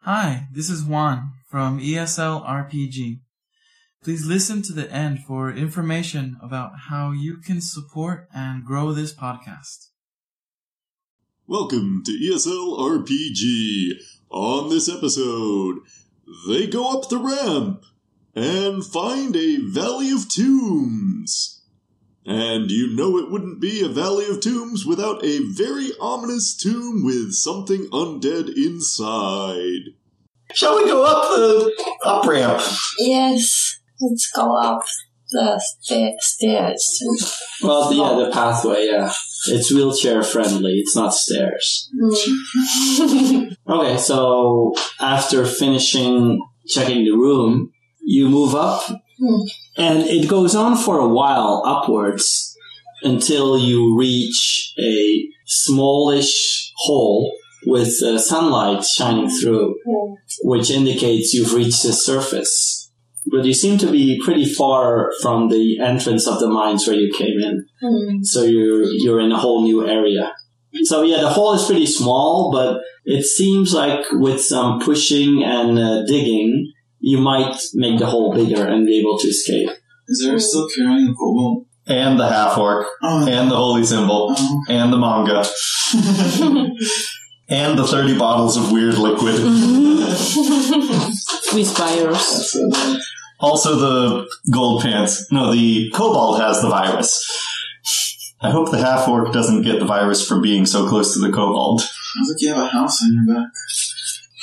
Hi, this is Juan from E ESL RPG. Please listen to the end for information about how you can support and grow this podcast. Welcome to E ESL RPG. On this episode, they go up the ramp and find a Valley of Tombs. And you know it wouldn't be a Valley of Tombs without a very ominous tomb with something undead inside. Shall we go up the up ramp? Yes, let's go up the sta- stairs. Well, Oh. yeah, the pathway, yeah. It's wheelchair friendly, it's not stairs. Mm. Okay, so after finishing checking the room, you move up, Hmm. and it goes on for a while upwards until you reach a smallish hole with uh, sunlight shining through, Hmm. which indicates you've reached the surface. But you seem to be pretty far from the entrance of the mines where you came in Hmm. so you're you're in a whole new area. So yeah, the hole is pretty small, but it seems like with some pushing and uh, digging, you might make the hole bigger and be able to escape. Is there still carrying the kobold? And the half orc, Oh, and the holy symbol, no. and the manga, and the 30 bottles of weird liquid. Mm-hmm. with virus. Also, the gold pants. No, the kobold has the virus. I hope the half orc doesn't get the virus from being so close to the kobold. Sounds like you have a house on your back.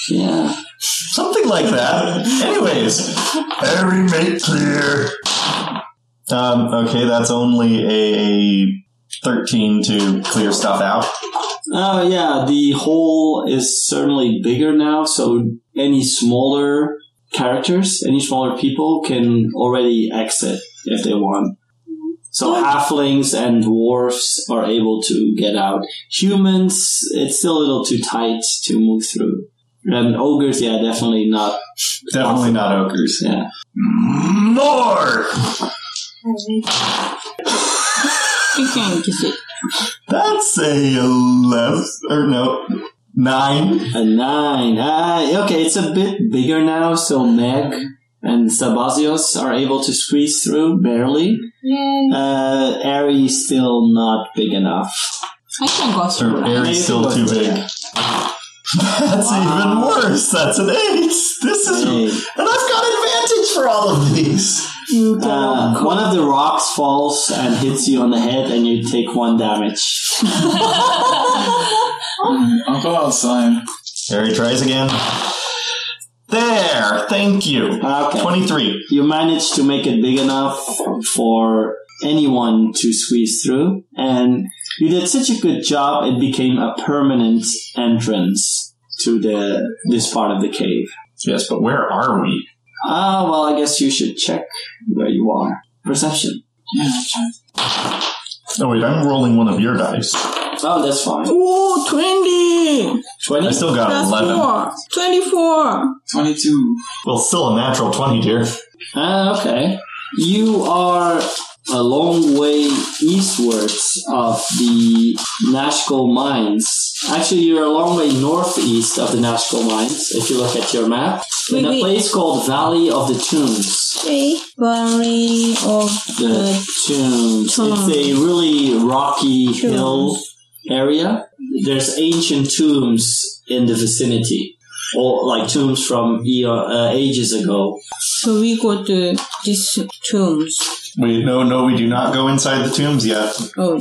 Yeah. Something like that. Anyways, every mate clear. Um, okay, that's only a 13 to clear stuff out. Oh yeah, the hole is certainly bigger now. So any smaller characters, any smaller people can already exit if they want. So halflings and dwarfs are able to get out. Humans, it's still a little too tight to move through. And ogres, yeah, definitely not. Definitely not ogres. Yeah. More! You can get it. That's a 11, or no, 9. A nine. Ah, okay, it's a bit bigger now. So Meg and Sabazios are able to squeeze through barely. Yay. Uh, Aries still not big enough. I can go through. Or Aries still too big. That's even worse. That's an 8. This is. Hey, And I've got advantage for all of these. You can- uh, one of the rocks falls and hits you on the head, and you take one damage. I'll go outside. Harry tries again. There. Thank you. Okay, 23. you manage to make it big enough for anyone to squeeze through, and you did such a good job. It became a permanent entrance to the this part of the cave. Yes, but where are we? Ah, well, I guess you should check where you are. Perception. Oh, wait, I'm rolling one of your dice. Oh, that's fine. Ooh, 20! I Twenty. still got an Plus 11. 4. 24! 22. Well, still a natural 20, dear. Ah, okay. You are a long way eastwards of the Nashville Mines. Actually, you're a long way northeast of the Nashville Mines, if you look at your map, in Wait, a wait. place called Valley of the Tombs. Valley of The the Tombs. It's a really rocky hill area. There's ancient tombs in the vicinity, or like tombs from eon- uh, ages ago. So we go to these tombs. Wait, no, no, we do not go inside the tombs yet. Oh.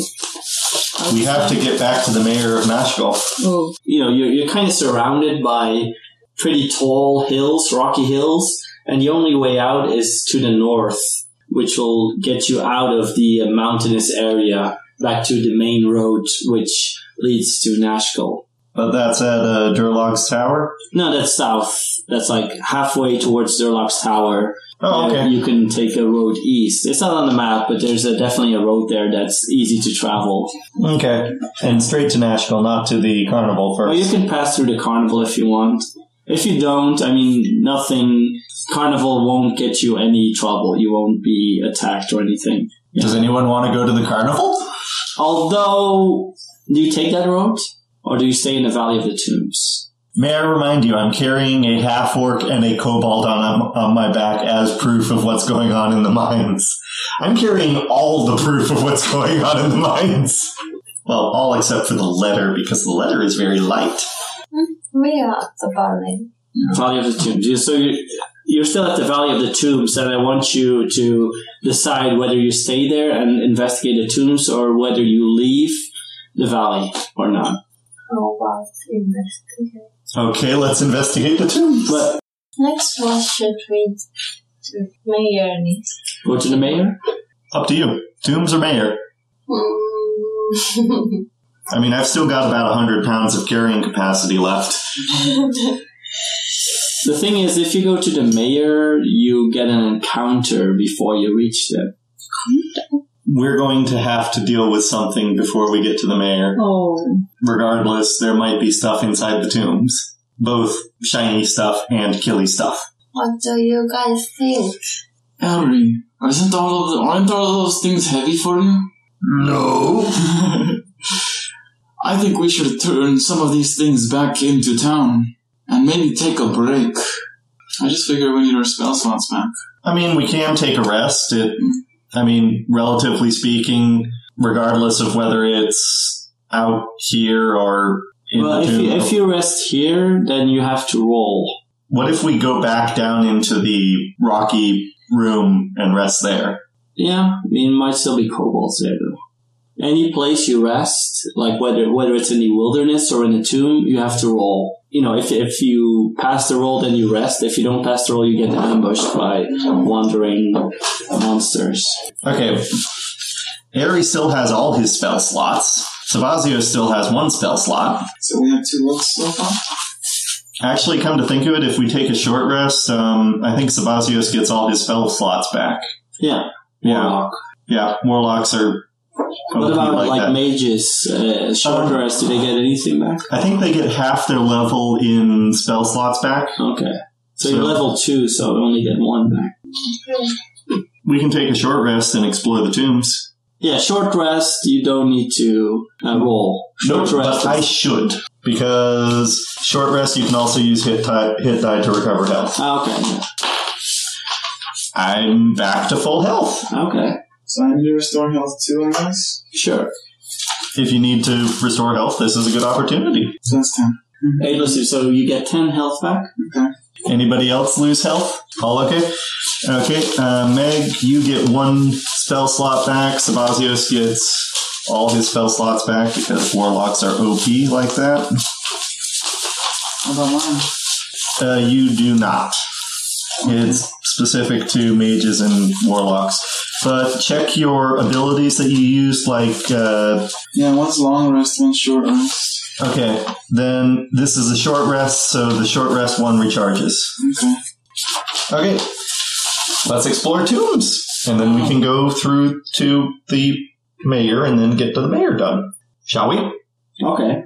We have to get back to the mayor of Nashville. Oh. you know you're, you're kind of surrounded by pretty tall hills rocky hills and the only way out is to the north which will get you out of the uh, mountainous area back to the main road which leads to nashville But that's at uh, Durlog's Tower. no that's south that's like halfway towards Durlock's tower Oh, Uh, okay. you can take a road east it's not on the map but there's a, definitely a road there that's easy to travel Okay. And straight to Nashville, not to the carnival Or you first. can pass through the carnival if you want. If you don't, I mean, nothing. Carnival won't get you any trouble. You won't be attacked or anything. Does anyone want to go to the carnival? Although, do you take that road? Or do you stay in the Valley of the Tombs? May I remind you, I'm carrying a half orc and a kobold on, on my back as proof of what's going on in the mines. I'm carrying all the proof of what's going on in the mines. Well, all except for the letter, because the letter is very light. We are at the valley. Valley of the Tombs. You- So you, you're still at the Valley of the Tombs, and I want you to decide whether you stay there and investigate the tombs or whether you leave the valley or not. How Oh, about investigate? Okay, let's investigate the tombs. But Next, what should we do? Mayor needs. go to the mayor. Up to you. Tombs or mayor? Mm. I mean, I've still got about 100 pounds of carrying capacity left. The thing is, if you go to the mayor, you get an encounter before you reach them. We're going to have to deal with something before we get to the mayor. Oh. Regardless, there might be stuff inside the tombs. Both shiny stuff and killy stuff. what do you guys think? Ellery, isn't all of the, aren't all those things heavy for you? No. I think we should turn some of these things back into town and maybe take a break. I just figure we need our spell slots back. I mean, we can take a rest. It, I mean, relatively speaking, regardless of whether it's out here or in well, the if tomb. you, if you rest here, then you have to roll. what if we go back down into the rocky room and rest there? Yeah, I mean, might still be kobolds there though. Any place you rest, like whether whether it's in the wilderness or in a tomb, you have to roll. You know, if if you pass the roll, then you rest. If you don't pass the roll, you get ambushed by wandering monsters. Okay. Harry still has all his spell slots. Savazio still has one spell slot. So we have two looks so far? Actually, come to think of it, if we take a short rest, um, I think Sabazios gets all his spell slots back. Yeah, Yeah, yeah. Warlocks are. What OP about like, that. mages? Uh, short Um, rest? Do they get anything back? I think they get half their level in spell slots back. Okay, so, you're So- level two, so you only get one back. We can take a short rest and explore the tombs. Yeah, short rest. You don't need to uh, roll. Short rest. but I is- should because short rest you can also use hit die, hit die to recover health. Ah, okay. I'm back to full health. yeah. Okay. So I need to restore health too, I guess? Sure. If you need to restore health, this is a good opportunity. So that's 10. Aidlessly, so you get 10 health back. Anybody else lose health? All okay? Okay, uh, Meg, you get one spell slot back. Sabazios gets all his spell slots back because warlocks are OP like that. What about mine? Uh, you do not. It's specific to mages and warlocks. But check your abilities that you use, like uh, Yeah, one's long rest, one's short rest. Okay, then this is a short rest, so the short rest one recharges. Okay. Okay, let's explore tombs, and then we can go through to the mayor and then get to the mayor done. Shall we? Okay.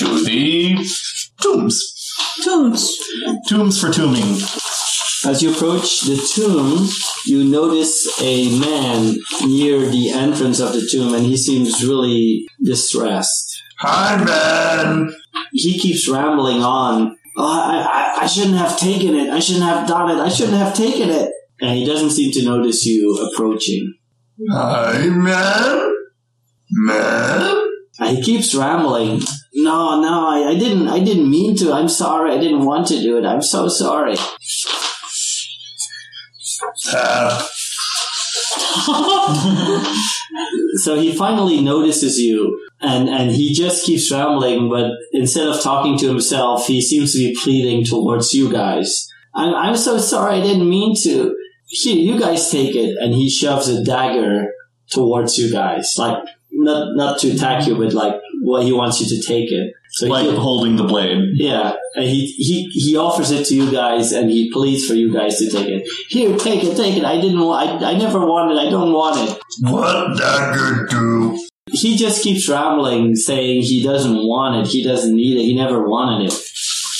To the tombs. Tombs. Tombs for tombing. As you approach the tomb, you notice a man near the entrance of the tomb, and he seems really distressed. Hi, man! He keeps rambling on. Oh, I, I, I shouldn't have taken it. I shouldn't have done it. I shouldn't have taken it. And he doesn't seem to notice you approaching. Hi, man! Man! And he keeps rambling. No, no, I, I didn't. I didn't mean to. I'm sorry. I didn't want to do it. I'm so sorry. Tap. So he finally notices you, and, and he just keeps rambling, but instead of talking to himself, he seems to be pleading towards you guys. I'm, I'm so sorry, I didn't mean to. Here, you guys take it. And he shoves a dagger towards you guys. Like, not, not to attack you, but like, well, he wants you to take it. So Like he, holding the blade. yeah, and he, he he offers it to you guys, and he pleads for you guys to take it. Here, take it, take it. I didn't. wa- I, I never wanted. I don't want it. What dagger do? he just keeps rambling, saying he doesn't want it, he doesn't need it, he never wanted it.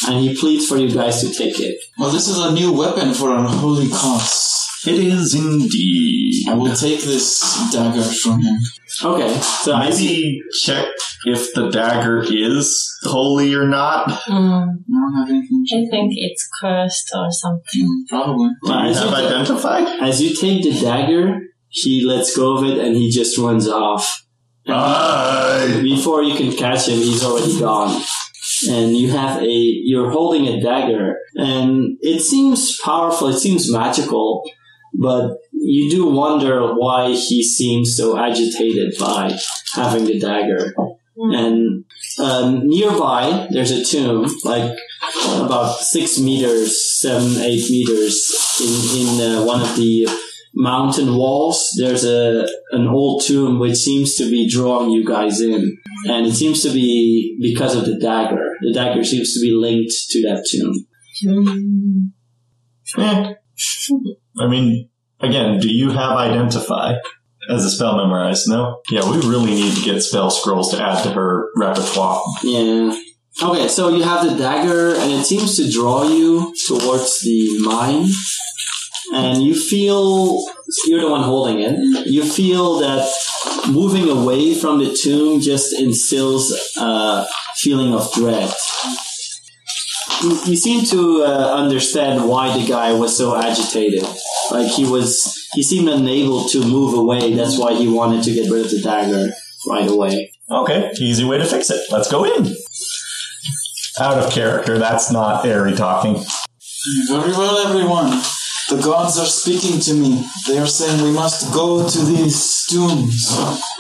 And he pleads for you guys to take it. Well, this is a new weapon for unholy cause. It is indeed. I will take this dagger from him. Okay, so I see. Maybe check if the dagger is holy or not. Mm, I don't have anything. I think it's cursed or something. Probably. Do you As have you- identified? As you take the dagger, he lets go of it and he just runs off. Aye. Before you can catch him, he's already gone. And you have a, you're holding a dagger and it seems powerful, it seems magical, but you do wonder why he seems so agitated by having the dagger. And um, nearby, there's a tomb, like about six meters, seven, eight meters in, in uh, one of the mountain walls. There's a an old tomb which seems to be drawing you guys in, and it seems to be because of the dagger. The dagger seems to be linked to that tomb. Mm. Eh. I mean, again, do you have identify as a spell memorized? No. Yeah, we really need to get spell scrolls to add to her repertoire. Yeah. Okay, so you have the dagger, and it seems to draw you towards the mine. And you feel you're the one holding it. You feel that moving away from the tomb just instills a feeling of dread. You, you seem to uh, understand why the guy was so agitated. Like he was, he seemed unable to move away. That's why he wanted to get rid of the dagger right away. Okay, easy way to fix it. Let's go in. Out of character. That's not airy talking. Very well, everyone. The gods are speaking to me. They are saying we must go to these tombs.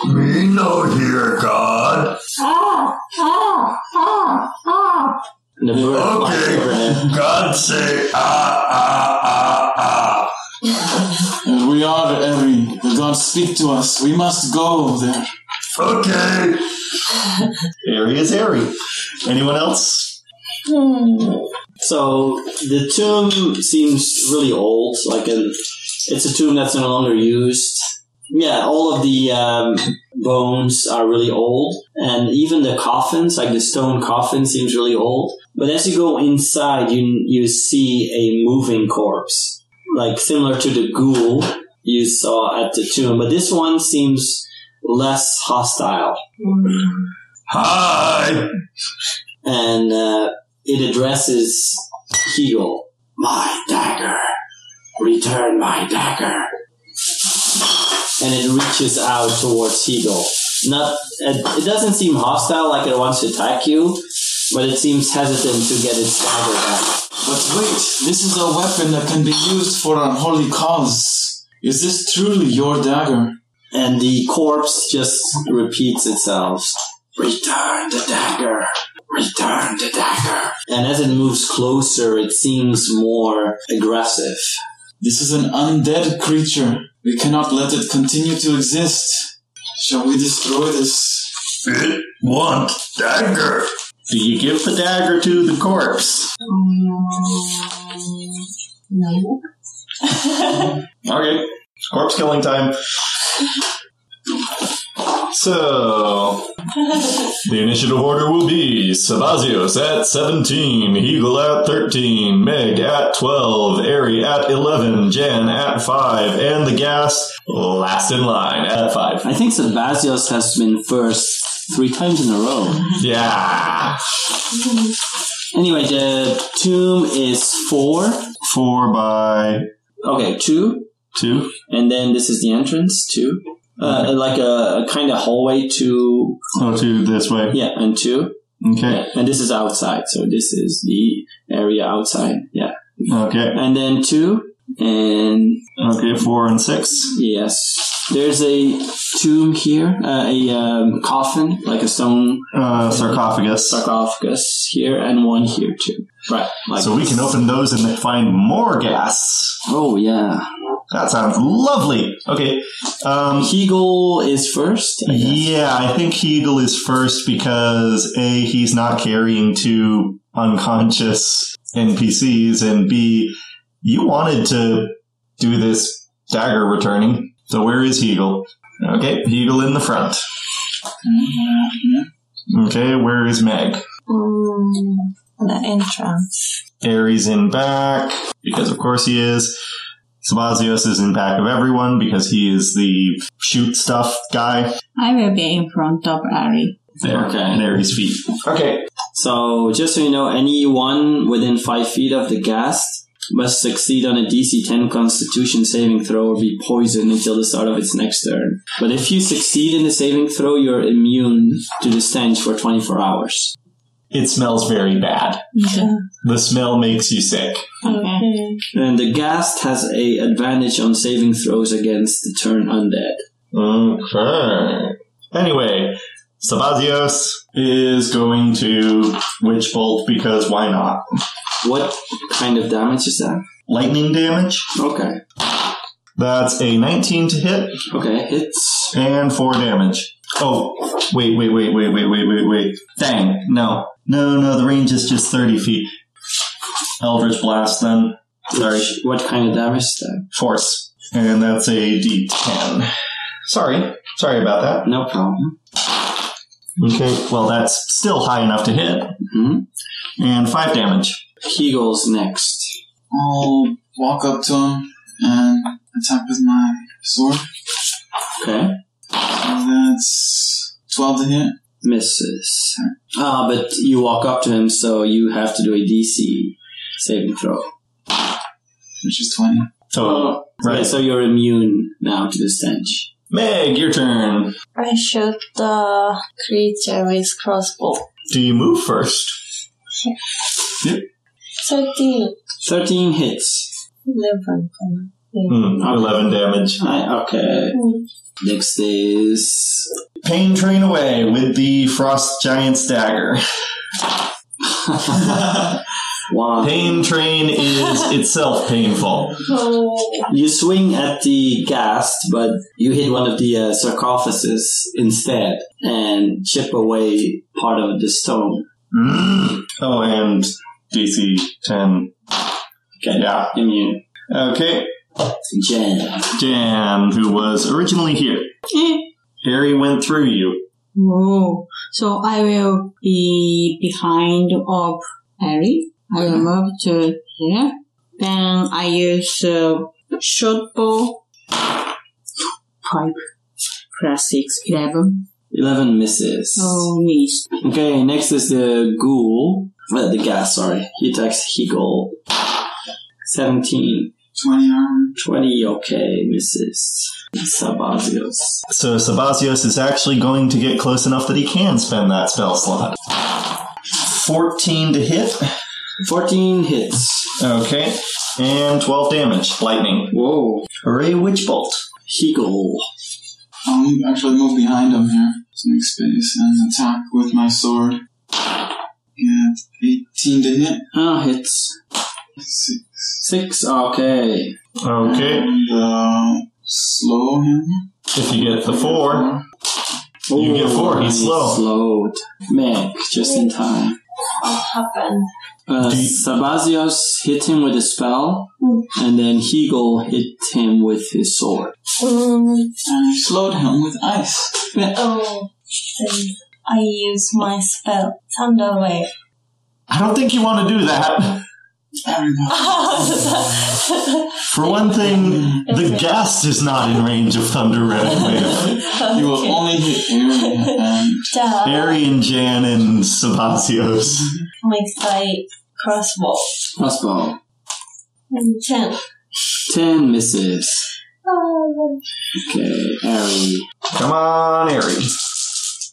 Me no here, God. Ah, ah, ah, ah. And the bird flies overhead. God say ah ah ah ah. And we are Eri. The gods speak to us. We must go there. Okay. Airy is airy. Anyone else? Hmm. So the tomb seems really old. Like an, it's a tomb that's no longer used. Yeah, all of the um, bones are really old, and even the coffins, like the stone coffin, seems really old. But as you go inside, you you see a moving corpse, like similar to the ghoul you saw at the tomb. But this one seems less hostile. Hi. and uh, it addresses Hegel. My dagger, return my dagger. And it reaches out towards Hegel. Not, it it doesn't seem hostile, like it wants to attack you, but it seems hesitant to get its dagger back. But wait, this is a weapon that can be used for an holy cause. Is this truly your dagger? And the corpse just repeats itself. Return the dagger. Return the dagger. And as it moves closer, it seems more aggressive. This is an undead creature. We cannot let it continue to exist. Shall we destroy this? It want dagger. Do you give the dagger to the corpse? Mm. No. Okay. Corpse killing time. So, the initiative order will be Sabazios at 17, Hegel at 13, Meg at 12, Airy at 11, Jan at 5, and the gas last in line at 5. I think Sebasios has been first three times in a row. Yeah. Anyway, the tomb is four. 4 by Okay, two. 2. And then this is the entrance, two. Uh, Like a, a kind of hallway, two. Oh, 2 this way. Yeah, and two. Okay. Yeah, And this is outside, so this is the area outside. Yeah. Okay. And then two. And Okay, 4 and 6. yes, there's a tomb here, uh, a um, coffin, like a stone Uh, sarcophagus. sarcophagus here, and one here too. Right. Like So we can open those and then find more gas. Oh yeah. That sounds lovely. Okay. Um, Hegel is first. I guess. yeah, I think Hegel is first because A, he's not carrying two unconscious NPCs, and B, you wanted to do this dagger returning. So where is Hegel? Okay, Hegel in the front. Okay, where is Meg? Mm. The entrance. Aries in back, because of course he is. Sabazios is in back of everyone because he is the shoot stuff guy. I will be in front of Ari. there, Okay. Mary's feet. Okay. So just so you know, anyone within five feet of the ghast must succeed on a DC 10 Constitution saving throw or be poisoned until the start of its next turn. But if you succeed in the saving throw, you're immune to the stench for 24 hours. It smells very bad. The smell makes you sick. Okay. And the ghast has a advantage on saving throws against the turn undead. Okay. Anyway, Sabatios is going to Witch Bolt because why not? What kind of damage is that? Lightning damage. Okay. That's a 19 to hit Okay, hits. and 4 damage. Oh, wait, wait, wait, wait, wait, wait, wait, wait. Dang, no. No, no, the range is just 30 feet. Eldritch Blast then. Sorry. Which- What kind of damage is that? Force. And that's a d10. Sorry. Sorry about that. No problem. Okay, well, that's still high enough to hit. hmm And 5 damage. Kegel's next. I'll walk up to him and attack with my sword. Okay. And that's 12 to hit. misses. Ah, but you walk up to him, so you have to do a DC saving throw. which is 20. So, Yeah, Uh, right. Uh, so you're immune now to the stench. Meg, your turn. I uh, shoot the creature with crossbow. Do you move first? 13. 13 hits. 11. Hmm, 11 damage. I, okay. Mm. Next is. Pain train away with the Frost Giant's dagger. One. Pain train is itself painful. Oh. You swing at the ghast, but you hit one of the uh, sarcophages instead and chip away part of the stone. Mm. Oh, and DC 10. Okay. Yeah. Immune. Okay. Jen. Jan, who was originally here. Harry went through you. Oh, so I will be behind of Harry. I will move to here. Then I use uh, short bow. Five plus six, eleven. 11 misses. Oh, miss. Okay, next is the ghoul. Uh, the gas, sorry. He attacks Hegel. 17. 20 armor. 20, okay, misses. Sabazios. So Sabasios is actually going to get close enough that he can spend that spell slot. 14 to hit. 14 hits. Okay. And 12 damage. Lightning. Whoa. Hooray, Witch Bolt. Hegel. I'll move- actually move behind him here to make space and attack with my sword. Get 18 to hit. Ah, hits. Six. 6, okay. Okay. And, uh, slow him. If you get the 4. You get four, he's slow. Slowed. Meg, just in time. What happened? Uh, Do you- Sabazios hit him with a spell, Hmm. and then Hegel hit him with his sword. Mm, And I slowed him with ice. oh. Then I use my spell. Thunder wave. I don't think you want to do that. Everybody. For one thing, the ghast is not in range of Thunder Red Wave. You will only hit area and Duh. Barry and Jan and Sabasios. With my crossbow. Crossbow. And 10. 10 misses. Ah, Oh. Okay, Ari. Come on, Aries.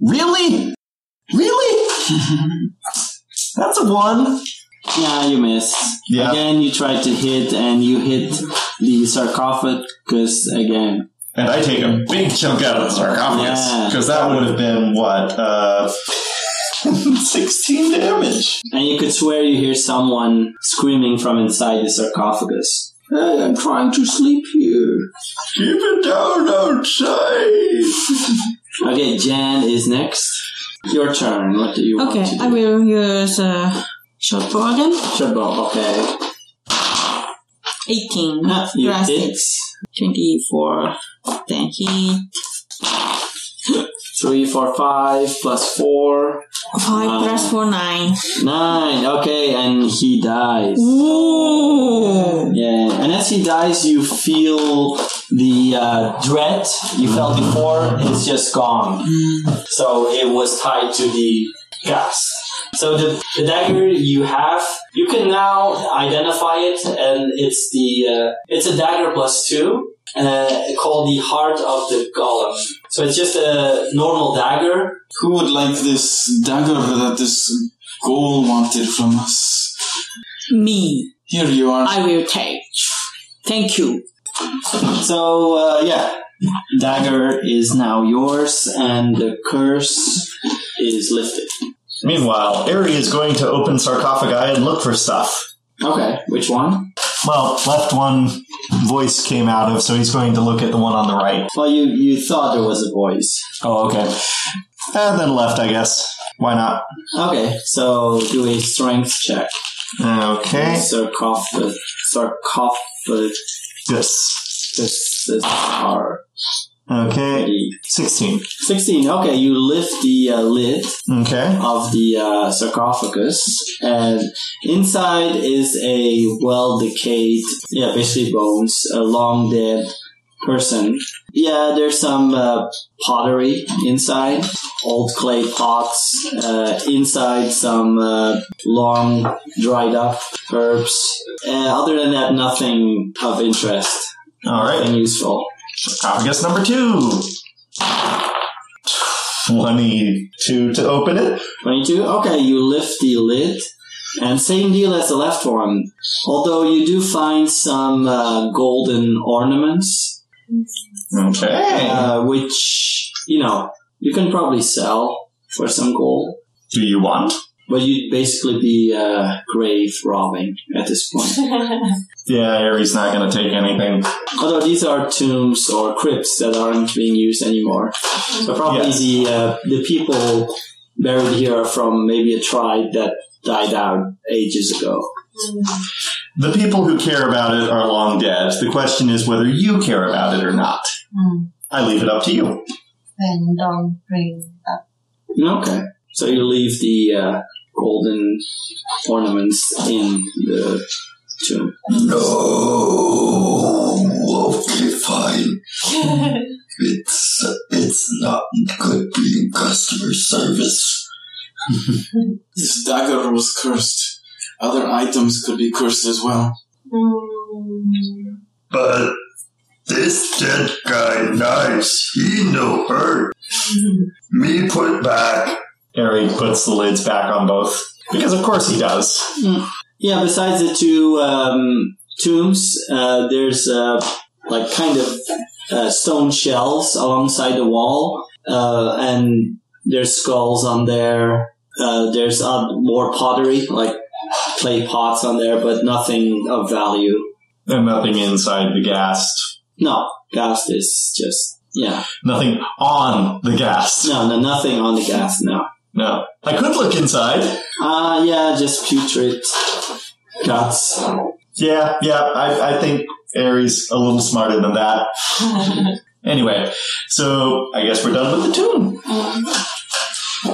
Really? Really? That's a one. Yeah, you miss. Yeah. Again, you tried to hit, and you hit the sarcophagus again. And I take a big chunk out of the sarcophagus Yeah. because that would have been what uh, sixteen damage. And you could swear you hear someone screaming from inside the sarcophagus. Hey, I'm trying to sleep here. Keep it down outside. Okay, Jan is next. Your turn. What do you want Okay, to do? I will use uh, short bow again. Triple, okay. Eighteen Ah, You plus hit. six, twenty-four. Then he Three, four, five, plus four. five Wow. plus four nine. Nine. Okay, and he dies. Ooh. Yeah, and as he dies, you feel the uh, dread you felt before is just gone. So it was tied to the gas. So the, the dagger you have, you can now identify it, and it's the uh, it's a dagger plus two, uh, called the Heart of the Golem. So it's just a normal dagger, Who would like this dagger that this ghoul wanted from us? Me. Here you are. I will take. Thank you. So uh, yeah, dagger is now yours, and the curse is lifted. Meanwhile, Eri is going to open sarcophagi and look for stuff. Okay, which one? Well, left one voice came out of, so he's going to look at the one on the right. Well, you you thought there was a voice. Oh, okay. And then left, I guess. Why not? Okay, so do a strength check. Okay. Sarcoph- sarcophagus Yes. is hard. Okay. 16. Sixteen. Okay, you lift the uh, lid Okay. of the uh, sarcophagus, and inside is a well decayed, yeah, basically bones, a long dead person. Yeah, there's some uh, pottery inside, old clay pots, uh, inside some uh, long dried up herbs. Uh, other than that, nothing of interest, All right. nothing useful. Sarcophagus number two. 22 to open it. 22? Okay, you lift the lid. And same deal as the left one. Although you do find some uh, golden ornaments, Okay. uh, which, you know, you can probably sell for some gold. Do you want? But you'd basically be uh, grave robbing at this point. Yeah, Eri's not going to take anything. Although these are tombs or crypts that aren't being used anymore. So probably Yes. the, uh, the people buried here are from maybe a tribe that died out ages ago. The people who care about it are long dead. The question is whether you care about it or not. Mm. I leave it up to you. Then don't bring up. Okay. So you leave the uh, golden ornaments in the tomb. No. Okay, fine. It's it's not good being customer service. This dagger was cursed. Other items could be cursed as well. Mm. But this dead guy, nice. He no hurt. Me put back. Harry puts the lids back on both. Because of course he does. Yeah. Besides the two um, tombs, uh, there's uh, like kind of uh, stone shelves alongside the wall, uh, and there's skulls on there. Uh, there's uh, more pottery, like clay pots on there, but nothing of value. And nothing inside the ghast. No, ghast is just yeah. Nothing on the ghast. No, no, nothing on the ghast. No. No. I could look inside. Uh, yeah, just putrid guts. Yeah, yeah, I, I think Harry's a little smarter than that. Anyway, so I guess we're done with the tomb.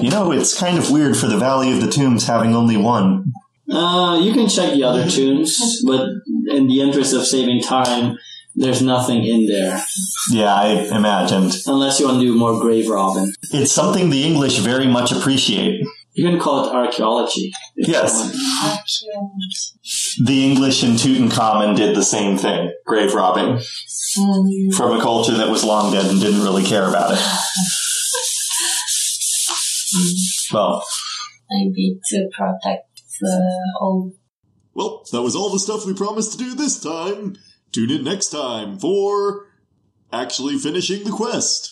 You know, it's kind of weird for the Valley of the Tombs having only one. Uh, you can check the other tombs, but in the interest of saving time, there's nothing in there. Yeah, I imagined. Unless you want to do more grave robbing. It's something the English very much appreciate. You can call it archaeology. if you Yes. want. The English in Tutankhamun did the same thing grave robbing from a culture that was long dead and didn't really care about it. Well, Maybe to protect the old. Well, that was all the stuff we promised to do this time. Tune in next time for actually finishing the quest.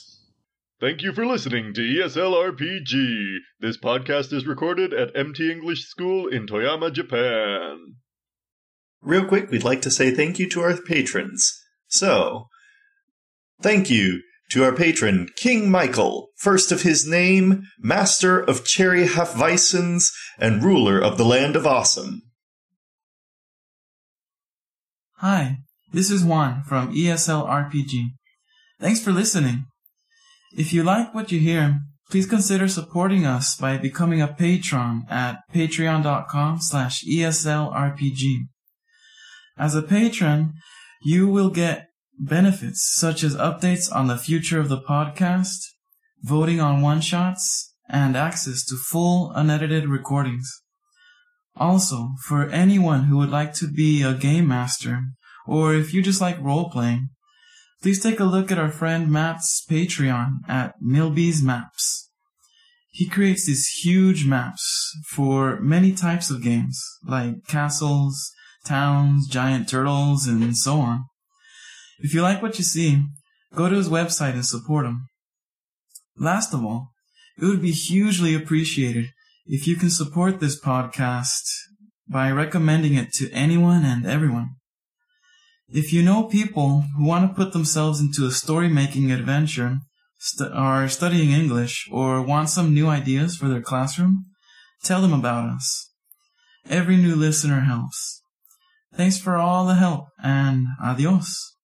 Thank you for listening to E ESL RPG. This podcast is recorded at MT English School in Toyama, Japan. Real quick, we'd like to say thank you to our patrons. So, thank you to our patron, King Michael, first of his name, master of Cherry Halfweisens, and ruler of the land of awesome. Hi, this is Juan from E ESL RPG. Thanks for listening. If you like what you hear, please consider supporting us by becoming a patron at patreon.com slash E ESLRPG. As a patron, you will get benefits such as updates on the future of the podcast, voting on one shots, and access to full unedited recordings. Also, for anyone who would like to be a game master, or if you just like role playing, please take a look at our friend Matt's Patreon at Milby's Maps. He creates these huge maps for many types of games, like castles, towns, giant turtles, and so on. If you like what you see, go to his website and support him. Last of all, it would be hugely appreciated if you can support this podcast by recommending it to anyone and everyone. If you know people who want to put themselves into a story making adventure, st- are studying English, or want some new ideas for their classroom, tell them about us. Every new listener helps. Thanks for all the help and adios.